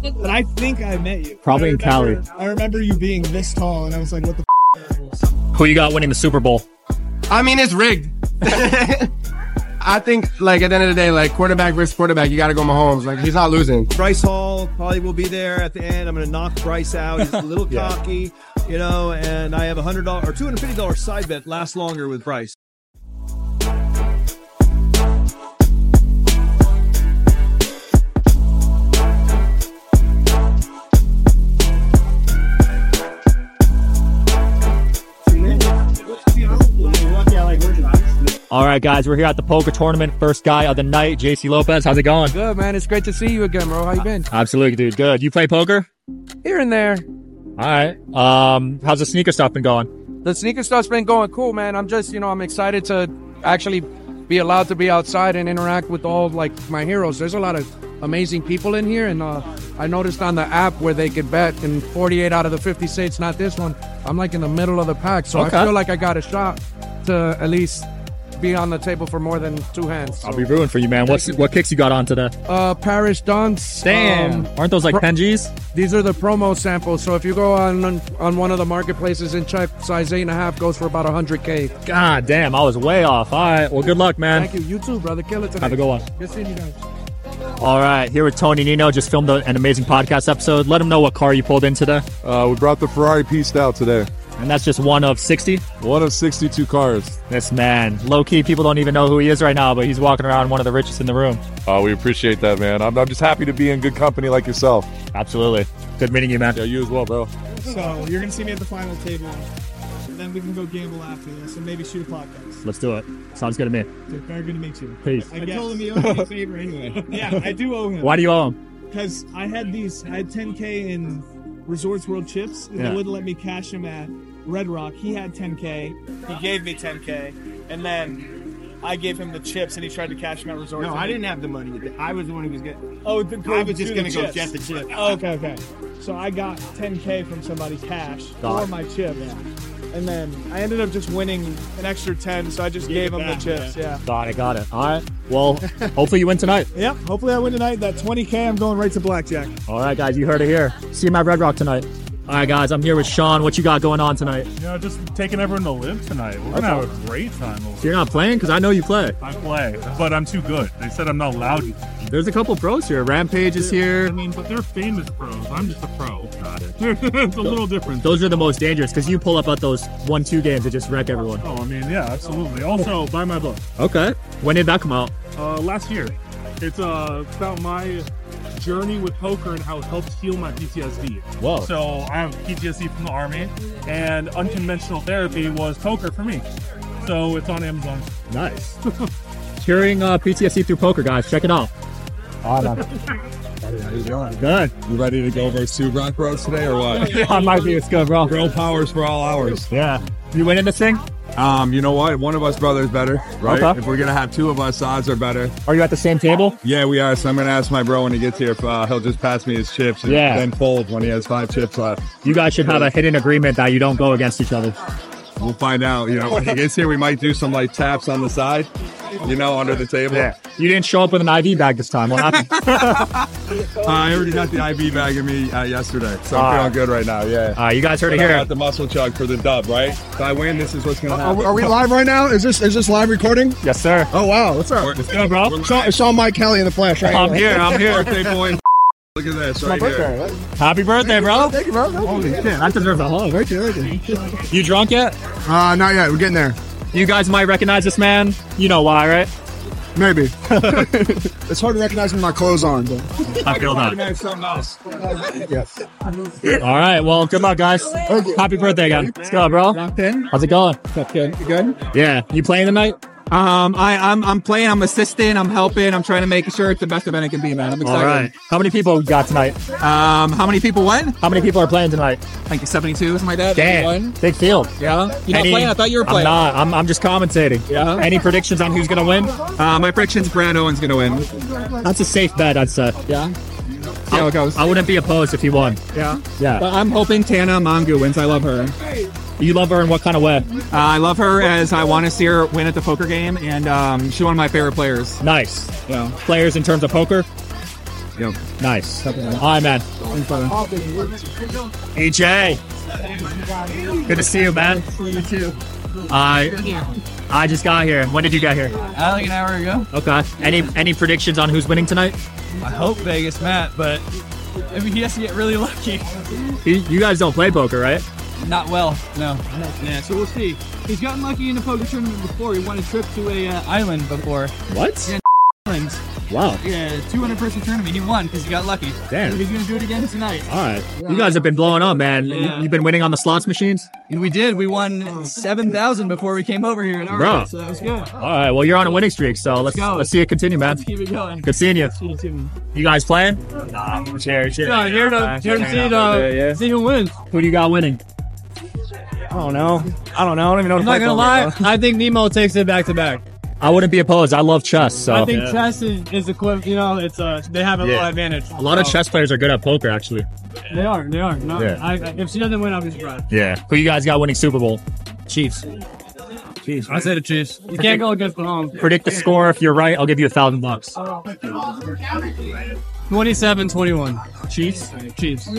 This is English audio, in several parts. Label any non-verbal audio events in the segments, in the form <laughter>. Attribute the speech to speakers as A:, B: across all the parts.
A: But I think I met you.
B: Probably
A: I
B: in Cali.
A: remember- I remember you being this tall, and I was like, what the
B: Who you got winning the Super Bowl?
C: I mean,
B: <laughs>
C: it's rigged. I think, like, at the end of the day, like, quarterback versus quarterback, you got to go Mahomes. Like, he's not losing.
D: Bryce Hall probably will be there at the end. I'm going to knock Bryce out. He's a
B: <laughs>
D: little cocky, you know, and I have a $100 or $250 side bet lasts longer with Bryce.
B: All right, guys, we're here at the poker tournament. First guy of the night, JC Lopez. How's it going?
E: Good man, it's great to see you again, bro. How you been?
B: Absolutely, dude. Good. You play poker?
E: Here and there.
B: All right. Um, how's the sneaker stuff been going?
E: The sneaker stuff's been going cool, man. I'm just, you know, I'm excited to actually be allowed to be outside and interact with all like my heroes. There's a lot of amazing people in here, and uh, I noticed on the app where they could bet in 48 out of the 50 states, not this one. I'm like in the middle of the pack, so
B: Okay.
E: I feel like I got a shot to at least be on the table for more than two hands.
B: I'll be rooting for you, man. What's what kicks you got on today?
E: Uh, Parish Dunks. um,
B: aren't those like
E: bro-
B: 10 G's?
E: These are the promo samples. So if you go on on, on one of the marketplaces and check, size eight and a half goes for about 100k.
B: God Ah, damn, I was way off. All right. Well, good luck, man.
E: Thank you. You too, brother. Kill it today.
B: Have a good one.
E: Good seeing you guys.
B: All right, here with Tony Nino. Just filmed a- an amazing podcast episode. Let him know what car you pulled in today.
F: Uh, we brought the Ferrari pieced out today.
B: And that's just one of 60.
F: One of 62 cars.
B: This man, low key, people don't even know who he is right now, but he's walking around one of the richest in the room.
F: Uh, we appreciate that, man. I'm, I'm just happy to be in good company like yourself.
B: Absolutely. Good meeting you, man.
F: Yeah, you as well, bro.
A: f- So you're going to see me at the final table. Then we can go gamble after this and maybe shoot a podcast.
B: Let's do it. Sounds good to me.
A: Dude, very good to meet you.
B: Peace.
A: I, told him you owed me a favor
B: <laughs>
A: anyway. Yeah, I do owe him.
B: Why do you owe him?
A: Because I had these, I had 10K in Resorts World Chips, and
B: Yeah.
A: they wouldn't let me cash him at Red Rock. He had 10K. He gave me 10K, and then I gave him the chips, and he tried to cash him at Resorts.
G: No, I didn't have the money. I was the one who was getting.
A: Oh, the, go
G: I was just
A: do
G: gonna
A: the
G: go
A: chips.
G: get the chip.
A: Oh, okay, okay. So I got 10K from somebody cash
B: Got
A: for
B: it.
A: my chip. And then I ended up just winning an extra 10, so I just gave him the chips. Yeah.
B: Got it, got it. All right. Well, hopefully you win tonight.
A: <laughs> Yep. Hopefully I win tonight. That 20K, I'm going right to blackjack.
B: All right, guys, you heard it here. See you at Red Rock tonight. All right, guys, I'm here with Sean. What you got going on tonight?
H: You know, just taking everyone to live tonight. We're gonna have a great time over here.
B: You're not playing because I know you play.
H: I play, but I'm too good. They said I'm not loud. enough.
B: There's a couple pros here. Rampage is
A: <laughs>
B: here.
H: I mean, but they're famous pros. I'm just a pro. Got it. it's a little different.
B: Those are the most dangerous because you pull up at those one-two games that just wreck everyone.
H: Oh, I mean, yeah, absolutely. Also, buy my book.
B: Okay. When did that come out?
H: Uh, last year, it's uh it's about my journey with poker and how it helped heal my PTSD.
B: Whoa.
H: So I have PTSD from the army, and unconventional therapy was poker for me. So it's on Amazon.
B: Nice.
H: <laughs>
B: Curing uh, PTSD through poker, guys. Check it out. Good.
F: You ready to go versus two rock bros today or
B: <laughs>
F: what?
B: I might be as good, bro.
F: Girl powers for all hours.
B: Yeah. You winning this thing?
F: Um, you know what? One of us brothers better, right?
B: Okay.
F: If we're gonna have two of us, odds are better.
B: Are you at the same table?
F: Yeah, we are. So I'm gonna ask my bro when he gets here if uh, he'll just pass me his chips and
B: Yeah.
F: then fold when he has five chips left.
B: You guys should have a hidden agreement that you don't go against each other.
F: We'll find out. You know, when he gets here, we might do some like taps on the side, you know, under the table.
B: You didn't show up with an IV bag this
G: <laughs>
B: time. What happened?
F: Uh, I already got the IV bag in me uh, yesterday, so I'm
B: Ah.
F: feeling good right now. Yeah.
B: uh, you guys heard it
F: I
B: here.
F: got the muscle chug for the dub, right? If I win, this is what's gonna happen.
G: Are we
F: <laughs>
G: live right now? Is this is this live recording?
B: Yes, sir.
G: Oh wow, what's up?
F: What's
B: good, bro?
G: Sean, it's Sean Mike Kelly in the flash right
B: I'm here. I'm here.
F: Birthday boy. and <laughs> Look at this right here.
B: Happy birthday, bro.
G: Oh, Thank you, bro. Holy shit.
B: That deserves a hug.
G: Thank you, thank you.
B: You drunk yet?
G: Uh, not yet. We're getting there.
B: You guys might recognize this man. You know why, right? <laughs>
G: Maybe. <laughs> it's hard to recognize when my clothes on. But
B: I feel that.
F: Man, something else.
G: yes.
F: <laughs>
B: All right. Well, good luck, guys. Happy birthday again. Let's go, bro.
G: Then
B: How's it going?
G: good. You good?
B: Yeah. You playing tonight?
I: Um, I, I'm I'm playing. I'm assisting. I'm helping. I'm trying to make sure it's the best event it can be, man. I'm
B: All right.
I: excited.
B: How many people we got tonight?
I: Um, how many people went?
B: How many people are playing tonight?
I: Like 72, something like that.
B: Damn.
I: One.
B: Big field.
I: Yeah. You not
B: Any-
I: playing? I thought you were
B: I'm
I: playing.
B: not. I'm, I'm just commentating.
I: Yeah.
B: Any predictions on who's gonna win?
I: Uh, my prediction's Brad Owen's gonna win.
B: That's a safe bet, I'd say.
I: Yeah. See how it goes.
B: I wouldn't be opposed if he won.
I: yeah.
B: Yeah.
I: But I'm hoping Tana Mongu wins. I love her.
B: You love her in what kind of way?
I: Uh, I love her as I want to see her win at the poker game, and um, she's one of my favorite players.
B: Nice.
I: Yeah.
B: Players in terms of poker.
F: Yep.
B: Nice. All right, man. EJ, good to see you, man.
J: You too.
B: I I just got here. When did you get here?
J: Uh, like an hour ago.
B: Okay. Any any predictions on who's winning tonight?
J: I hope Vegas Matt, but I mean, he has to get really lucky.
B: You, you guys don't play poker, right?
J: Not well, no. Yeah, so we'll see. He's gotten lucky in a poker tournament before. He won a trip to a uh, island before.
B: What?
J: Yeah, <laughs> island.
B: Wow.
J: Yeah, 200 person tournament. He won because he got lucky.
B: Damn.
J: And He's gonna do it again tonight.
B: All right. You guys have been blowing up, man. You-
J: Yeah.
B: You've been winning on the slots machines?
J: And we did. We won 7,000 before we came over here. In our
B: Bro.
J: so that was good.
B: All right. Well, you're on a winning streak, so let's
J: go.
B: let's see it continue, man.
J: Let's keep it going.
B: Good seeing you.
J: See you too.
B: You guys playing? Nah, I'm here.
J: Yeah, here to- here to see the-
B: see who wins. Who do you got winning?
K: I don't know. I don't know. I don't even know.
B: I'm not gonna lie,
K: I think Nemo takes it back to back.
B: I wouldn't be opposed. I love chess, so
K: I think chess is, is equivalent. You know, it's uh, they have a
B: Yeah.
K: little advantage.
B: a lot of chess players are good at poker, actually.
K: They are. They are. No,
B: Yeah.
K: I, I- if she doesn't win, I'll be surprised.
B: Yeah. Who you guys got winning Super Bowl? Chiefs.
K: Chiefs.
B: I
K: say
B: the Chiefs.
K: You can't go against the home.
B: Predict the score. If you're right, I'll give you a thousand bucks.
K: Oh. 27-21. Chiefs. Chiefs.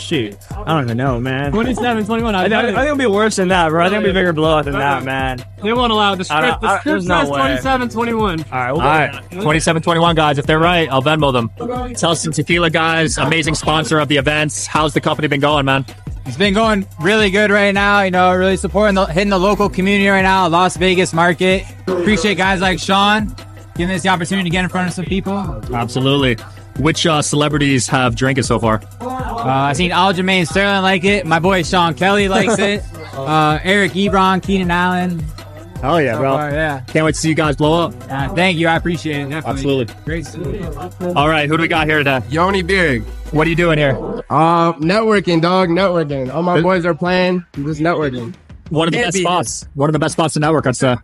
L: Shoot, I don't even know, man.
K: 27-21.
L: I, I, I think it'll be worse than that, bro. I think it'll be a bigger blowout than that, man.
K: They won't allow the
L: I
K: script.
L: don't- I-
K: The script
L: there's no
K: says
L: way.
K: 27-21.
L: All right,
B: All right, 27 21, guys. If they're right, I'll Venmo them. Tell some tequila guys, amazing sponsor of the events. How's the company been going, man?
M: It's been going really good right now. You know, really supporting the hitting the local community right now, Las Vegas market. Appreciate guys like Sean giving us the opportunity to get in front of some people. Uh,
B: Absolutely. Which uh, celebrities have drank it so far?
M: Uh, I've seen Aljamain Sterling like it. My boy Sean Kelly
B: <laughs>
M: likes it. Uh, Eric Ebron, Keenan Allen.
B: Oh yeah,
M: So
B: bro.
M: far, yeah.
B: Can't wait to see you guys blow up.
M: Uh, thank you. I appreciate it. Definitely.
B: Absolutely.
M: Great. to see you.
B: All right, who do we got here today?
C: Yoni Big.
B: What are you doing here?
C: Uh, networking, dog. Networking. All my boys are playing. I'm just networking.
B: One of the
C: Can't
B: best
C: be
B: spots. One of the best spots in network, I'd
L: uh,
B: say.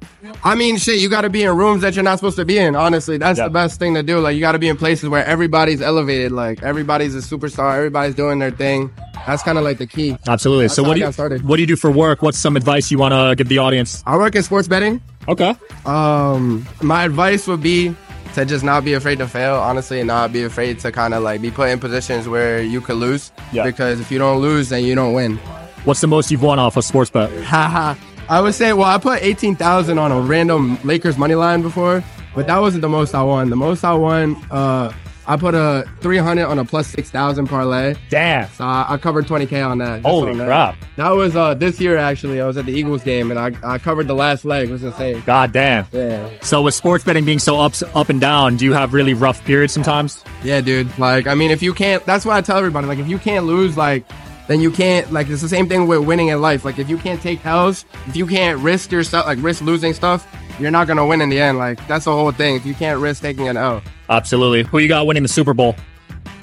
C: I mean, shit, you got to be in rooms that you're not supposed to be in. Honestly, that's the best thing to do. Like, you got to be in places where everybody's elevated. Like, everybody's a superstar. Everybody's doing their thing. That's kind of like the key.
B: Absolutely.
C: That's
B: So
C: how
B: what
C: I
B: do
C: got
B: you
C: started.
B: what do you do for work? What's some advice you want to give the audience?
C: I work in sports betting.
B: Okay.
C: Um, my advice would be to just not be afraid to fail. Honestly, and not be afraid to kind of like be put in positions where you could lose. Yeah. Because if you don't lose, then you don't win.
B: What's the most you've won off a sports bet?
C: Haha. I would say, well, I put 18,000 on a random Lakers money line before, but that wasn't the most I won. The most I won, uh, I put a 300 on a plus 6,000 parlay.
B: Damn.
C: So I, I covered 20K on that. just
B: Holy
C: on
B: crap.
C: That, that was uh, this year, actually. I was at the Eagles game and I, I covered the last leg. It was insane.
B: God damn.
C: Yeah.
B: So with sports betting being so ups up and down, do you have really rough periods sometimes?
C: Yeah, dude. Like, I mean, if you can't, that's what I tell everybody. Like, if you can't lose, like, then you can't, like, it's the same thing with winning in life. Like, if you can't take hells, if you can't risk yourself, like, risk losing stuff, you're not going to win in the end. Like, that's the whole thing. If you can't risk taking an L.
B: Absolutely. Who you got winning the Super Bowl?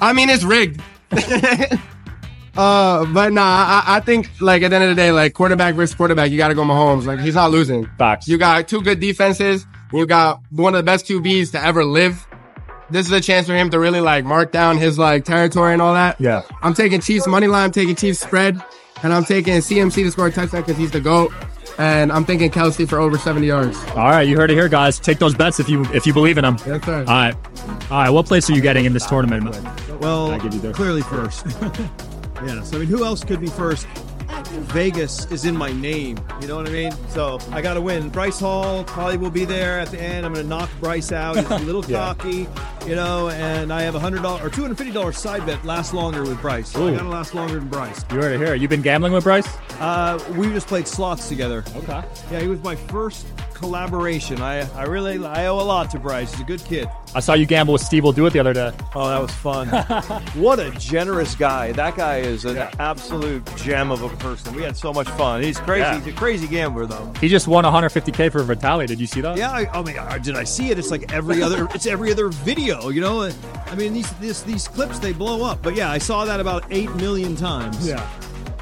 C: I mean, it's rigged. <laughs> uh, but nah, I, I think like at the end of the day, like quarterback versus quarterback, you got to go Mahomes. Like he's not losing.
B: Facts.
C: You got two good defenses. and You got one of the best QBs to ever live. This is a chance for him to really like mark down his like territory and all that.
B: Yeah.
C: I'm taking Chiefs money line. I'm taking Chiefs spread, and I'm taking CMC to score a touchdown because he's the goat. And I'm thinking Kelsey for over 70 yards.
B: All right, you heard it here, guys. Take those bets if you if you believe in them.
C: Yes,
B: All
C: sir.
B: right, all right. What place are you getting in this tournament?
D: Well,
B: I give you the-
D: clearly first. <laughs> yes. I mean, who else could be first? Vegas is in my name. You know what I mean? So I got to win. Bryce Hall probably will be there at the end. I'm going to knock Bryce out. He's a
B: <laughs>
D: little
N: Yeah.
D: cocky, you know, and I have a $100 or $250 side bet last longer with Bryce. So
B: Ooh.
D: I got to last longer than Bryce.
B: You heard it here. You been gambling with Bryce?
D: Uh, we just played slots together. Okay. Yeah, he was my first collaboration. I, I really I owe a lot to Bryce. He's a good kid.
B: I saw you gamble with Steve. Will do it the other day.
N: Oh, that was
D: <laughs>
N: fun. what a generous guy. That guy is an absolute gem of a person. We had so much fun. He's crazy.
B: Yeah.
N: He's a crazy gambler, though.
B: He just won 150k for Vitali. Did you see that?
D: Yeah, I, I mean, I- did I see it? It's like every other, <laughs> it's every other video, you know. I mean, these this, these clips they blow up, but yeah, I saw that about eight million times.
B: Yeah.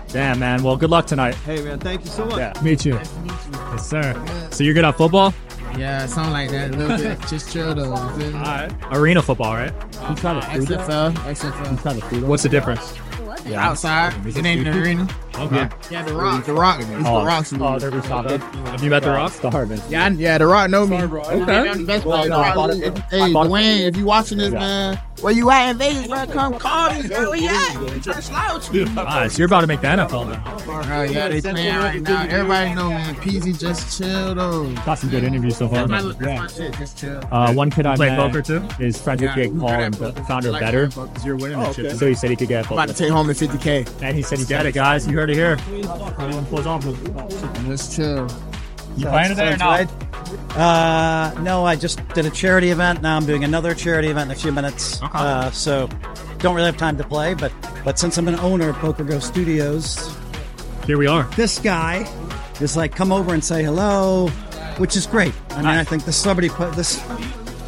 B: Damn, man. Well, good luck tonight.
D: Hey, man, thank you so much.
B: Yeah. Meet you. Yes, sir. So you're good at football?
O: Yeah, something like that. A little bit. Just chill though. Alright.
B: Arena football, right?
O: XFL. XFL.
B: What's the difference?
O: Outside. It ain't an arena.
B: Okay.
O: Yeah, The Rock. The Rock. The
B: Oh.
O: Rock's in the
B: Oh,
O: movie.
B: there we stopped it. Have you met The Rock? Starving.
O: Yeah, I- yeah, The Rock know me.
B: Okay.
O: Best
B: Well,
O: player,
B: no, I
O: Rock.
B: bought
O: Hey,
B: it. I bought it.
O: Dwayne, if you watching this,
B: Yeah.
O: man, where you at in Vegas, bro? Come call me, man. Where you at? You trying to slouch me.
B: Nice. You're about to make the NFL now.
O: Oh, yeah, they playing right now. Everybody know, man. PZ just chill, though.
B: Got some good interviews so far.
O: That's my, that's my shit. Just chill.
B: Uh, one kid I
O: Play
B: met
O: poker
B: too? is friends with
O: Yeah,
B: Jake
O: I'm
B: Paul,
O: good at
B: and the
O: poker.
B: founder of
O: I like
B: Better.
O: playing poker 'cause you're winning
B: Oh,
O: that shit,
B: okay.
O: bro.
B: So he said he could get.
O: I'm about to take home the 50K.
B: And he said he got it, guys. You heard it here. Pulls off.
O: Let's chill.
B: You playing today or not?
P: Uh, no, I just did a charity event. Now I'm doing another charity event in a few minutes. Uh, so don't really have time to play, but but since I'm an owner of Poker Go Studios,
B: here we are.
P: This guy is like, come over and say hello, which is great. I mean, I think the celebrity po- this.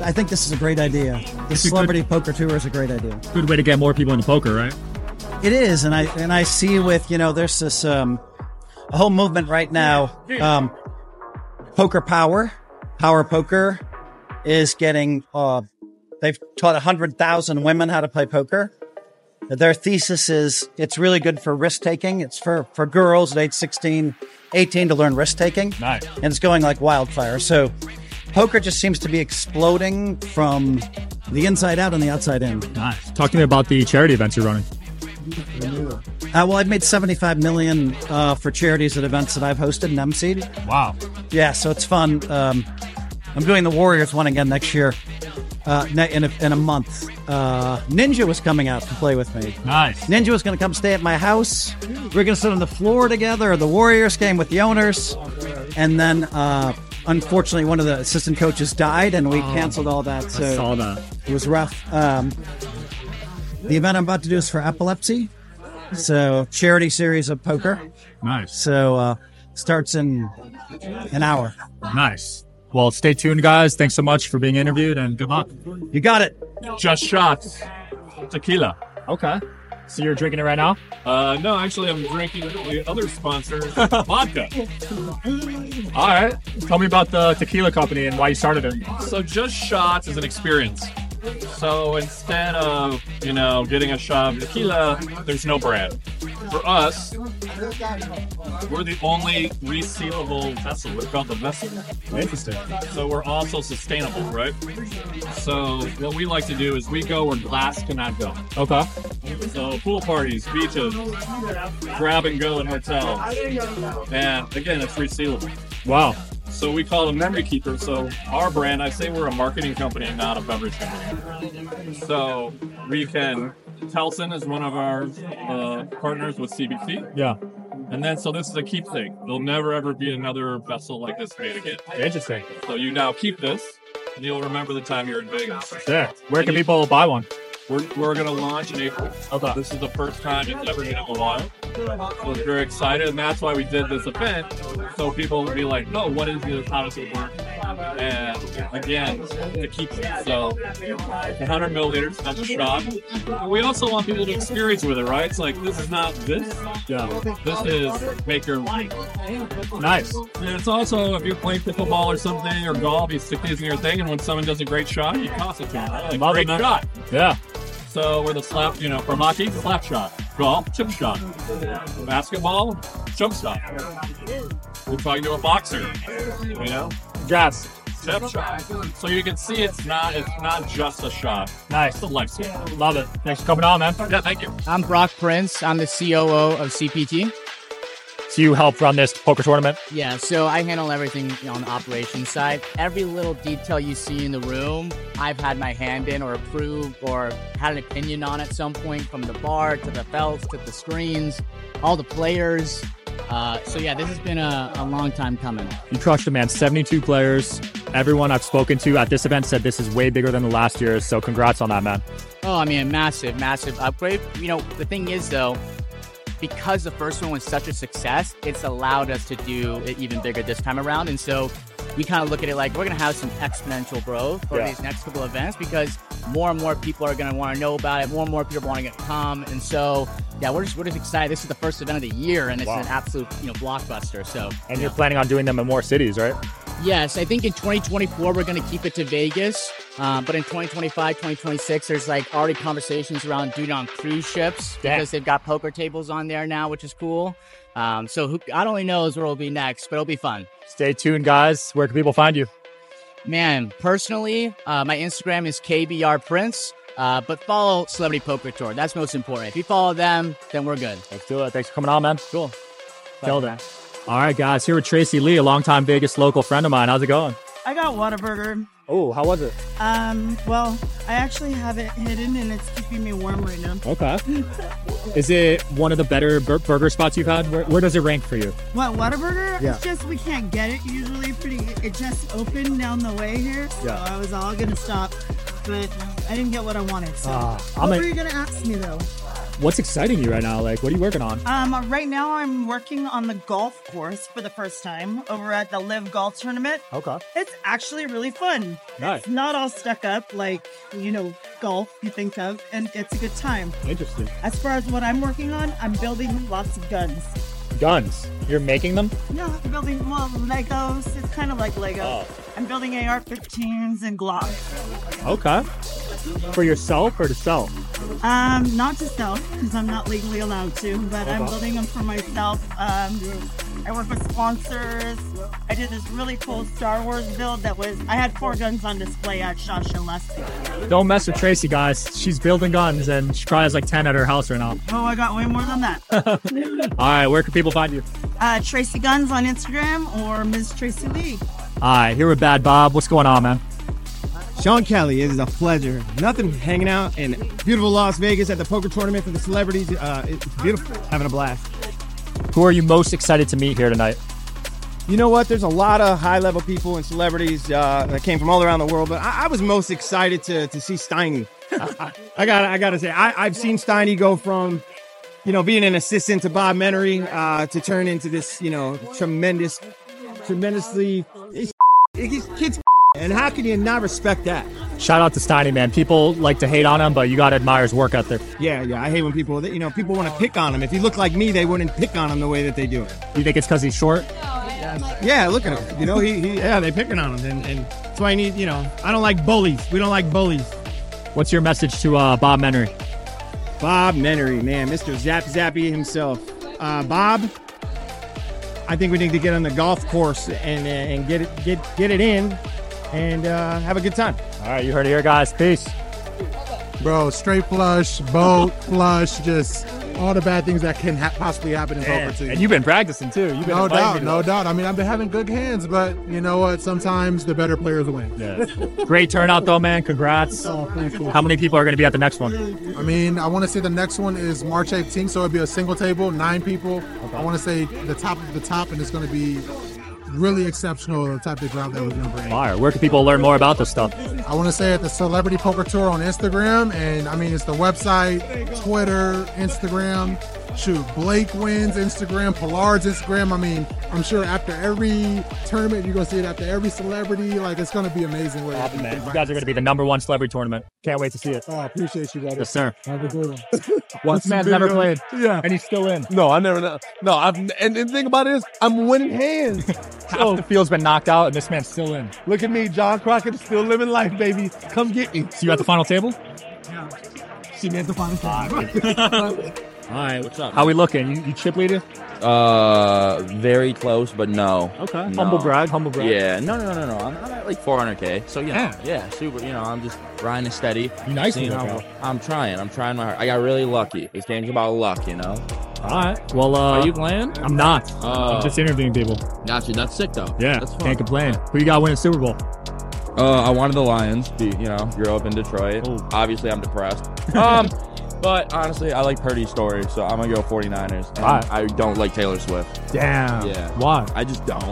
P: I think this is a great idea. The
B: It's a good-
P: celebrity poker tour is a great idea.
B: Good way to get more people into poker, right?
P: It is, and I and I see with you know there's this um, a whole movement right now. Um, poker power, power poker, is getting. Uh, they've taught hundred thousand women how to play poker. Their thesis is it's really good for risk taking. It's for for girls at age 16, 18 to learn risk taking. Nice, and it's going like wildfire. So. Poker just seems to be exploding from the inside out and the outside in.
B: Nice. Talk to me about the charity events you're running.
P: Uh, well, I've made seventy-five million uh, for charities at events that I've hosted in MC'd. Wow. Yeah, so it's fun. Um, I'm doing the Warriors one again next year, uh, ne- in, a, in a month. Uh, Ninja was coming out to play with me.
B: Nice.
P: Ninja was going to come stay at my house. We're going to sit on the floor together. The Warriors game with the owners, and then uh, unfortunately, one of the assistant coaches died, and we
B: Oh,
P: canceled all that. So
B: saw that.
P: It was rough. Um, the event I'm about to do is for epilepsy, so charity series of poker.
B: Nice.
P: So uh, starts in an hour.
B: Nice. Well, stay tuned, guys. Thanks so much for being interviewed, and good luck.
P: You got it.
B: Just shots. Tequila. Okay. So you're drinking it right now?
K: Uh, no, actually, I'm drinking the other sponsor, vodka.
B: All right. Tell me about the tequila company and why you started it.
K: So just shots is an experience. So instead of, you know, getting a shot of tequila, there's no brand. For us, we're the only resealable vessel. We're called the vessel.
B: Interesting.
K: So we're also sustainable, right? So what we like to do is we go where glass cannot go.
B: Okay.
K: So pool parties, beaches, grab and go in hotels. And again, it's resealable.
B: Wow.
K: So we call them memory keepers. So our brand, I say we're a marketing company, not a beverage company. So we can, Telson is one of our uh, partners with CBC.
B: Yeah.
K: And then, so this is a keepsake. There'll never ever be another vessel like this made again.
B: Interesting.
K: So you now keep this, and you'll remember the time you're in Vegas.
B: Yeah. Where can people buy one?
K: We're, we're going to launch in April. This is the first time it's ever been on the launch. I was very excited, and that's why we did this event. So people would be like, no, what is this? How does it work? And again, to keep it. So 100 milliliters, that's a shot. And we also want people to experience with it, right? It's like, this is not this.
B: Yeah.
K: This is make your
B: Nice.
K: And it's also, if you're playing pickleball or something, or golf, you stick these in your thing, and when someone does a great shot, you toss it to them. Like,
B: Love
K: great
B: it.
K: shot.
B: Yeah.
K: So we're the slap, you know, for hockey, slap shot. Golf, chip shot. Basketball, jump shot. We're talking to a boxer, you know?
B: Jazz.
K: Step shot. So you can see it's not it's not just a shot.
B: Nice.
K: It's a lifestyle.
B: Love it. Thanks for coming on, man.
K: Yeah, thank you.
Q: I'm Brock Prince. I'm the COO of CPT.
B: So you helped run this poker tournament?
Q: Yeah, so I handle everything on the operations side. Every little detail you see in the room, I've had my hand in or approved or had an opinion on at some point from the bar to the belts to the screens, all the players. Uh, so yeah, this has been a, a long time coming.
B: You crushed it, man. 72 players. Everyone I've spoken to at this event said this is way bigger than the last year. So congrats on that, man.
Q: Oh, I mean, massive, massive upgrade. You know, the thing is though, because the first one was such a success, it's allowed us to do it even bigger this time around. And so we kind of look at it like we're going to have some exponential growth for
L: Yeah.
Q: these next couple events because more and more people are going to want to know about it. More and more people want to come. And so, yeah, we're just, we're just excited. This is the first event of the year and it's
B: Wow.
Q: an absolute, you know, blockbuster. So,
B: And
Q: yeah.
B: you're planning on doing them in more cities, right?
Q: Yes, I think in 2024 we're going to keep it to Vegas. Um, but in 2025, 2026, there's like already conversations around doing it on cruise ships
B: Yeah.
Q: because they've got poker tables on there now, which is cool. Um, so who, God only knows where it'll be next, but it'll be fun.
B: Stay tuned, guys. Where can people find you?
Q: Man, personally, uh, my Instagram is KBR Prince, uh, but follow Celebrity Poker Tour. That's most important. If you follow them, then we're good.
B: Let's do it. Thanks for coming on, man.
Q: Cool.
B: Till then. All right, guys. Here with Tracy Lee, a longtime Vegas local friend of mine. How's it going?
R: I got Whataburger.
B: Oh, how was it?
R: Um, well, I actually have it hidden and it's keeping me warm right now. <laughs>
B: Okay. Is it one of the better bur- burger spots you've had? Where, where does it rank for you?
R: What Whataburger?
B: Yeah.
R: It's just we can't get it usually. Pretty, it just opened down the way here, so
B: Yeah.
R: I was all gonna stop, but I didn't get what I wanted. So,
B: Ah, I'm
R: what
B: a-
R: were you gonna ask me though?
B: What's exciting you right now? Like, what are you working on?
R: Um, right now I'm working on the golf course for the first time over at the Live Golf Tournament.
B: Okay.
R: It's actually really fun.
B: Nice.
R: It's not all stuck up like, you know, golf you think of, and it's a good time.
B: Interesting.
R: As far as what I'm working on, I'm building lots of guns.
B: Guns. You're making them?
R: No, I'm building, well, Legos. It's kind of like Lego.
B: Oh.
R: I'm building AR 15s and Glocks.
B: Okay. For yourself or to sell?
R: Um, not to sell, because I'm not legally allowed to, but I'm
B: Okay.
R: building them for myself. Um, I work with sponsors. I did this really cool Star Wars build that was, I had four guns on display at Shasha last year.
B: Don't mess with Tracy, guys. She's building guns and she probably has like 10 at her house right now.
R: Oh, I got way more than that.
B: <laughs> All right, where can people find you?
R: Uh, Tracy Guns on Instagram or Ms. Tracy Lee.
B: All right, here with Bad Bob. What's going on, man?
G: Sean Kelly, it is a pleasure. Nothing but hanging out in beautiful Las Vegas at the poker tournament for the celebrities. Uh, it's beautiful. Having a blast.
B: Who are you most excited to meet here tonight?
G: You know what? There's a lot of high level people and celebrities uh, that came from all around the world, but I, I was most excited to, to see Steiny. I, I got I gotta say, I, I've seen Steiny go from you know being an assistant to Bob Menery uh, to turn into this you know tremendous, tremendously. He's, <laughs> he's <laughs> kids, and how can you not respect that?
B: Shout out to Steiny, man. People like to hate on him, but you got to admire his work ethic.
G: Yeah, yeah. I hate when people, you know, people want to pick on him. If he looked like me, they wouldn't pick on him the way that they do it.
B: You think it's because he's short?
G: Yeah, look at him. You know, he, he yeah, they picking on him, and, and that's why I need, you know, I don't like bullies. We don't like bullies.
B: What's your message to uh, Bob Menery?
G: Bob Menery, man, Mr. Zap Zappy himself. Uh, Bob, I think we need to get on the golf course and and get it get get it in, and uh, have a good time.
B: All right, you heard it here, guys. Peace.
S: Bro, straight flush, boat flush, just all the bad things that can ha- possibly happen in poker too.
B: And you've been practicing too. You've been
S: no
B: inviting me
S: doubt,
B: to
S: no doubt. I mean, I've been having good hands, but you know what? Sometimes the better players win.
B: Yeah. Great turnout, though, man. Congrats.
G: Oh,
B: How many people are going to be at the next one?
S: I mean, I want to say the next one is March 18th, so it'll be a single table, nine people. I want to say the top of the top, and it's going to be really exceptional the type of crowd that we're going to bring.
B: Fire. Where can people learn more about this stuff?
S: I want to say at the Celebrity Poker Tour on Instagram, and I mean it's the website, Twitter, Instagram. Shoot, Blake wins Instagram, Pillard's Instagram. I mean, I'm sure after every tournament, you're gonna see it after every celebrity. Like it's gonna be amazing. What
B: Happen, man. You guys are going to be the number one celebrity tournament. Can't wait to see it.
S: Oh, I appreciate you, brother.
B: Yes, sir.
S: Have a good
B: <laughs>
S: one.
B: Once man's never played. Yeah. And he's still in.
T: No, I never know. No, I've and, and the thing about it is I'm winning hands.
B: <laughs> Half the field's been knocked out and this man's still in.
T: Look at me, John Crockett, still living life, baby. Come get me.
B: You at the final table?
S: She made the final
T: <laughs>
B: All right. What's up? How we looking? You, you chip leader?
U: Uh, very close, but no.
B: Okay.
U: No.
B: Humble brag, humble brag.
U: Yeah. No, no, no, no, no. I'm, I'm at like 400k. So yeah, yeah, super. You know, I'm just grinding steady.
B: nice
U: Seeing
B: with it,
U: how-
B: bro.
U: I'm trying. I'm trying my heart. I got really lucky. This game's about luck, you know.
B: All right. Well, uh,
U: Are you playing?
B: I'm not.
U: Oh.
B: I'm just interviewing people.
U: Gotcha. That's sick though.
B: Yeah.
U: That's fun.
B: Can't complain. Who you got winning Super Bowl?
U: Uh, I wanted the Lions. To, you know, grew up in Detroit.
B: Oh.
U: Obviously, I'm
B: <laughs>
U: depressed. Um, but honestly, I like Purdy's story, so I'm gonna go 49ers. And
B: Why?
U: I don't like Taylor Swift.
B: Damn.
U: Yeah.
B: Why?
U: I just don't.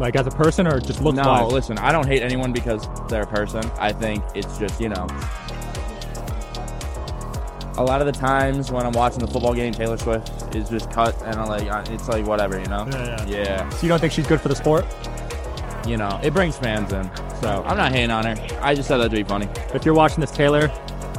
B: Like as a person or just look
U: no,
B: wise?
U: listen, I don't hate anyone because they're a person. I think it's just, you know, a lot of the times when I'm watching the football game, Taylor Swift is just cut and I'm like, I- it's like whatever, you know?
B: Yeah, yeah.
U: Yeah.
B: So you don't think she's good for the sport?
U: You know, it brings fans in. So I'm not hating on her. I just said that to be funny.
B: If you're watching this, Taylor,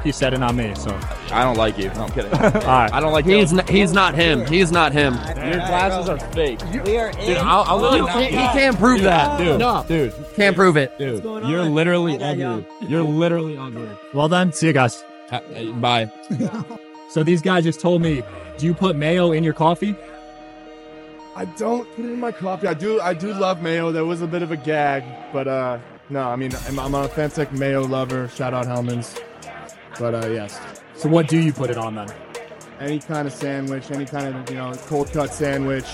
B: you said it, not me. So
U: I don't like you. No, I'm
B: <laughs>
U: kidding.
B: right.
U: I don't like.
E: He's not, he's not him. He's not him.
U: Your glasses are fake.
E: We are
U: Dude, I'll, I'll
E: You
U: knock
E: can't-
U: you
E: he
U: out.
E: can't prove
U: Dude,
E: that.
U: dude.
E: No.
U: dude,
E: Can't prove it.
U: dude. You're literally ugly. You're literally ugly.
B: Well done. See you guys.
U: Bye.
B: so these guys just told me, do you put mayo in your coffee?
T: I don't put it in my coffee. I do. I do love mayo. That was a bit of a gag, but uh, no. I mean, I'm, I'm an authentic mayo lover. Shout out Hellman's. But uh, yes,
B: So what do you put it on then?
T: any kind of sandwich, any kind of you know cold cut sandwich,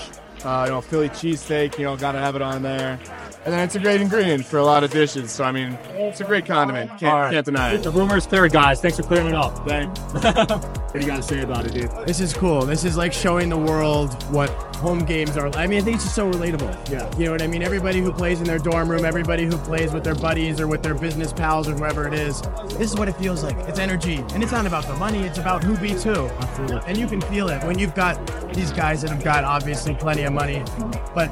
T: uh, you know Philly cheesesteak. You know, gotta have it on there. And then it's a great ingredient for a lot of dishes. So I mean, it's a great condiment. Can't, can't deny it.
B: The rumor is clear, guys. Thanks for clearing it up.
T: Thanks.
B: <laughs> what do you guys say about it, dude?
V: This is cool. This is like showing the world what home games are. I mean, I think it's just so relatable. Yeah. You know what I mean? Everybody who plays in their dorm room, everybody who plays with their buddies or with their business pals or whoever it is, this is what it feels like. It's energy. And it's not about the money, it's about who beats who. Absolutely. And you can feel it when you've got these guys that have got obviously plenty of money, but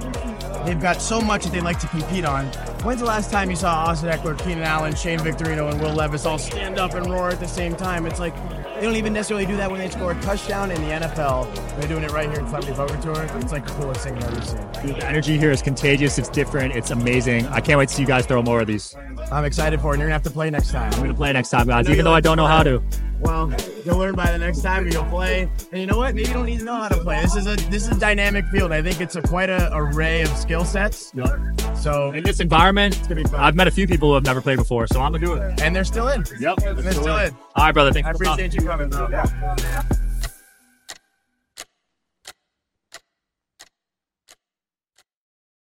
V: they've got so much that they like to compete on. When's the last time you saw Austin Eckler, Keenan Allen, Shane Victorino, and Will Levis all stand up and roar at the same time? It's like they don't even necessarily do that when they score a touchdown in the NFL. They're doing it right here in Celebrity Poker Tour. It's like the coolest thing I've ever seen.
B: The energy here is contagious. It's different. It's amazing. I can't wait to see you guys throw more of these.
V: I'm excited for it. And you're gonna have to play next time. I'm
B: gonna play next time, guys. Even though I don't know how to.
V: Well, you'll learn by the next time you'll play. And you know what? Maybe you don't need to know how to play. This is a this is a dynamic field. I think it's a quite a array of skill sets. So
B: in this environment, I've met a few people who have never played before, so I'm gonna do it.
V: And they're still in. Yep. And they're still in.
B: All right, brother. Thanks
V: I
B: for coming.
V: appreciate you coming, bro.